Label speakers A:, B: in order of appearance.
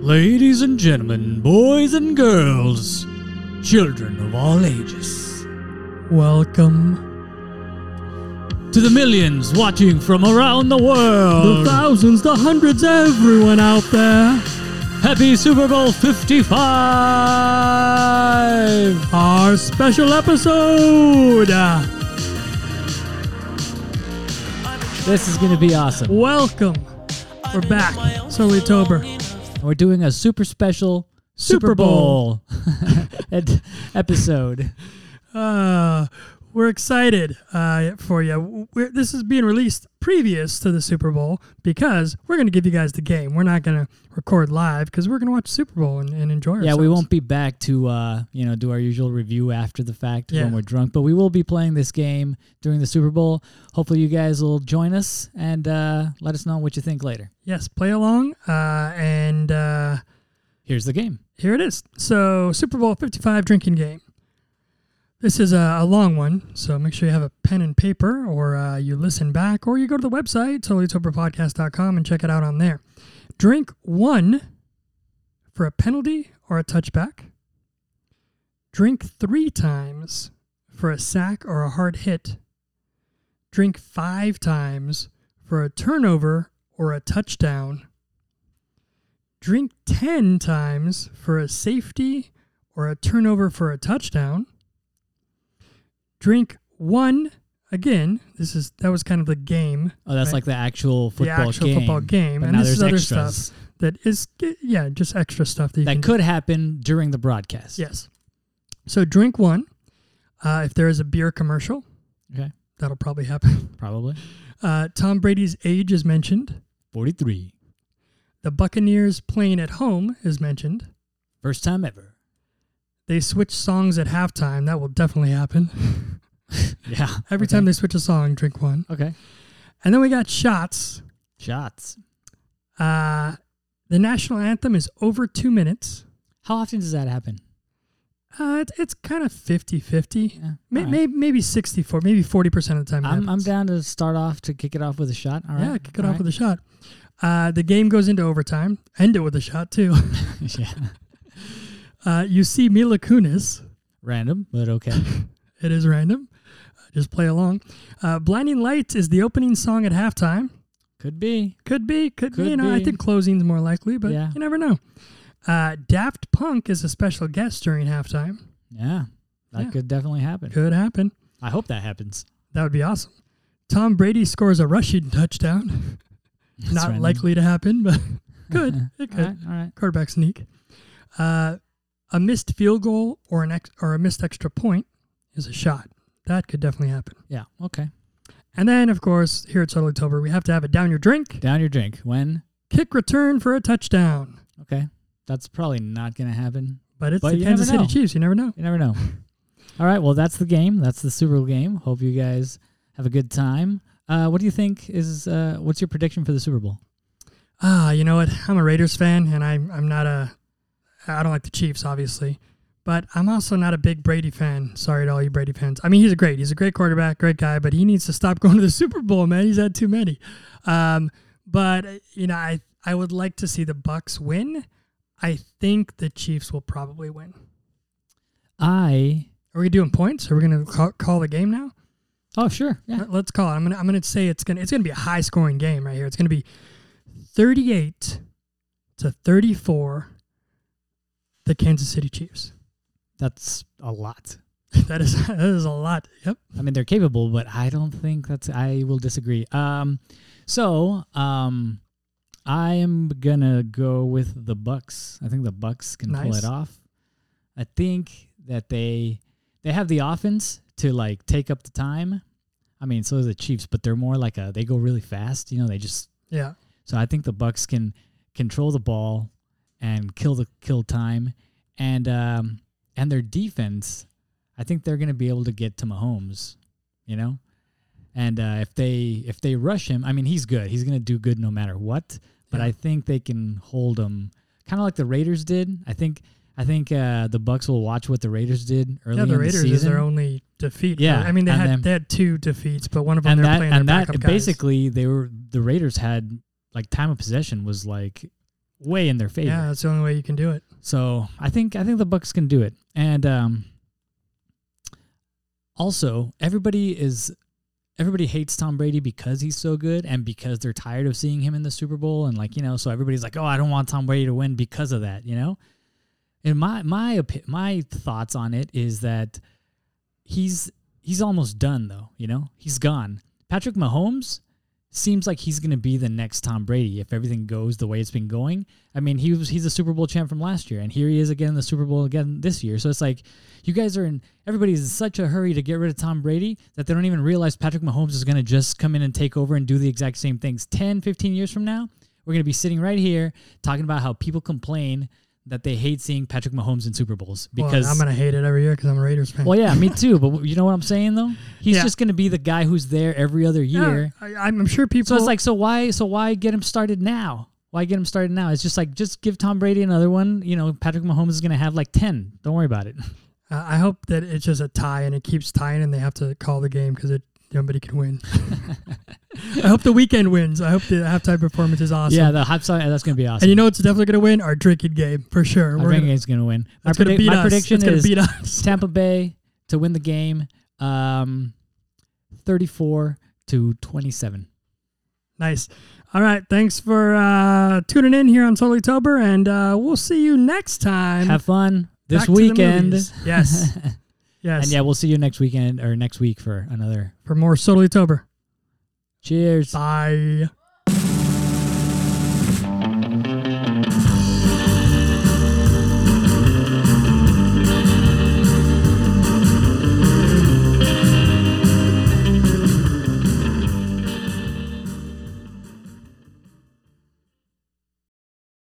A: Ladies and gentlemen, boys and girls, children of all ages, welcome to the millions watching from around the
B: The
A: world.
B: thousands, the hundreds, everyone out there.
A: Happy Super Bowl 55!
B: Our special episode.
A: This is going to be awesome.
B: Welcome. We're back. So we tober.
A: We're doing a super special
B: Super
A: Super Bowl ed- episode.
B: Uh, we're excited uh, for you. We're, this is being released previous to the Super Bowl because we're going to give you guys the game. We're not going to record live because we're going to watch Super Bowl and, and enjoy
A: Yeah,
B: ourselves.
A: we won't be back to uh, you know do our usual review after the fact
B: Yeah.
A: when we're drunk, but we will be playing this game during the Super Bowl. Hopefully, you guys will join us and uh, let us know what you think later.
B: Yes, play along. Uh, and uh,
A: Here's the game.
B: here it is. So, Super Bowl 55 drinking game. This is a, a long one, so make sure you have a pen and paper, or uh, you listen back, or you go to the website, totallytoberpodcast.com, and check it out on there. Drink one for a penalty or a touchback. Drink three times for a sack or a hard hit. Drink five times for a turnover or a touchdown drink 10 times for a safety or a turnover for a touchdown. Drink one again. This is that was kind of the game,
A: Oh, that's
B: Right.
A: like the actual football
B: the actual
A: game.
B: football game,
A: But
B: and
A: now
B: this is
A: there's
B: other
A: extras
B: stuff that is yeah, just extra stuff that you
A: that
B: can
A: could happen during the broadcast.
B: yes. So drink one. Uh, if there is a beer commercial,
A: Okay.
B: that'll probably happen.
A: Probably
B: Uh, Tom Brady's age is mentioned.
A: 43.
B: The Buccaneers playing at home is mentioned.
A: First time ever.
B: They switch songs at halftime. That will definitely happen.
A: Yeah.
B: Every
A: Okay.
B: time they switch a song, drink one.
A: Okay.
B: And then we got shots.
A: Shots.
B: Uh, the national anthem is over two minutes.
A: How often does that happen?
B: Uh, it's it's kind of 50 50.
A: Yeah. All
B: May,
A: right.
B: may, maybe 64, maybe 40% of the time. it
A: I'm, I'm
B: happens.
A: down to start off to kick it off with a shot. All right.
B: Yeah, kick it off with a shot. Uh, the game goes into overtime. End it with a shot, too.
A: with a yeah.
B: Uh, you see Mila Kunis.
A: Random, but okay.
B: It is random. Uh, Just play along. Uh, Blinding Lights is the opening song at halftime.
A: Could be.
B: Could be, could,
A: Could
B: be. You know, I
A: be.
B: think closing's more likely, but
A: Yeah.
B: you never know. Uh, Daft Punk is a special guest during halftime.
A: Yeah. That
B: Yeah.
A: could definitely happen.
B: Could happen.
A: I hope that happens.
B: That would be awesome. Tom Brady scores a rushing touchdown.
A: That's
B: Not
A: random.
B: likely to happen, but good. It
A: All
B: could.
A: right, all right.
B: Quarterback sneak. Uh, a missed field goal or an ex- or a missed extra point is a shot. That could definitely happen.
A: Yeah. Okay. And
B: And then, of course, here at Totally Tober, we have to have a down your drink
A: down your drink. When?
B: kick return for a touchdown.
A: Okay. That's probably not going to happen.
B: But it's
A: But
B: the
A: you never
B: Kansas City
A: know.
B: Chiefs. You never know.
A: You never know. all right. Well, that's the game. That's the Super Bowl game. Hope you guys have a good time. Uh, what do you think is uh, what's your prediction for the Super Bowl?
B: Ah, you know what? I'm a Raiders fan, and I'm I'm not a I don't like the Chiefs, obviously, but I'm also not a big Brady fan. Sorry to all you Brady fans. I mean, he's a great he's a great quarterback, great guy, but he needs to stop going to the Super Bowl, man. He's had too many. Um, but you know, I I would like to see the Bucks win. I think the Chiefs will probably win.
A: I.
B: Are we doing points? Are we gonna call, call the game now?
A: Oh, sure. Yeah.
B: Let- Let's call it. I'm gonna I'm gonna say it's gonna it's gonna be a high scoring game right here. It's gonna be 38 to 34. The Kansas City Chiefs.
A: That's a lot.
B: That is that is a lot. Yep.
A: I mean, they're capable, but I don't think that's. I will disagree. Um, so um, I am gonna go with the Bucks. I think the Bucks can pull
B: Nice.
A: it off. I think that they they have the offense to like take up the time. I mean, so do the Chiefs, but they're more like a they go really fast. You know, they just
B: Yeah.
A: so I think the Bucks can control the ball and kill the kill time, and um, and their defense. I think they're going to be able to get to Mahomes, you know, and uh, if they if they rush him, I mean he's good. He's going to do good no matter what. But
B: Yeah.
A: I think they can hold him, kind of like the Raiders did. I think I think uh, the Bucks will watch what the Raiders did early
B: yeah. The
A: in
B: Raiders
A: the
B: is
A: season.
B: their only defeat.
A: Yeah,
B: I mean, they
A: and
B: had
A: then-
B: they had two defeats, but one of them
A: and
B: they're
A: that
B: playing
A: and
B: their
A: that
B: backup guys.
A: basically they were the Raiders had like time of possession was like way in their favor.
B: Yeah, that's the only way you can do it.
A: So I think I think the Bucks can do it. And um, also, everybody is everybody hates Tom Brady because he's so good and because they're tired of seeing him in the Super Bowl and like you know, so everybody's like, oh, I don't want Tom Brady to win because of that, you know. And my my opi- my thoughts on it is that he's he's almost done though, you know, he's gone. Patrick Mahomes seems like he's going to be the next Tom Brady if everything goes the way it's been going. I mean, he was he's a Super Bowl champ from last year, and here he is again in the Super Bowl again this year. So it's like you guys are in everybody's in such a hurry to get rid of Tom Brady that they don't even realize Patrick Mahomes is going to just come in and take over and do the exact same things 10, 15 years from now. We're going to be sitting right here talking about how people complain that they hate seeing Patrick Mahomes in Super Bowls because
B: well, I'm gonna hate it every year because I'm a Raiders fan.
A: well, yeah, me too. But you know what I'm saying though? He's
B: Yeah.
A: just going to be the guy who's there every other
B: Yeah,
A: year.
B: I, I'm sure people.
A: So it's like, so why, so why get him started now? Why get him started now? It's just like, just give Tom Brady another one. You know, Patrick Mahomes is gonna have like ten. Don't worry about it.
B: Uh, I hope that it's just a tie and it keeps tying and they have to call the game because nobody can win. I hope the weekend wins. I hope the halftime performance is awesome.
A: Yeah, the hype side that's gonna be awesome.
B: And you know what's definitely going to win? Our drinking game, for sure.
A: I
B: We're
A: think
B: gonna,
A: he's gonna win. My,
B: it's going to
A: predi-
B: beat
A: my
B: us.
A: prediction
B: it's going
A: is
B: to beat us.
A: Tampa Bay to win the game, um, thirty-four to twenty-seven.
B: Nice. All right. Thanks for uh, tuning in here on Totally Tober, and uh, we'll see you next time.
A: Have fun this
B: Back to the
A: weekend.
B: movies. Yes. Yes.
A: And yeah, we'll see you next weekend or next week for another.
B: For more Totally Tober.
A: Cheers.
B: Bye.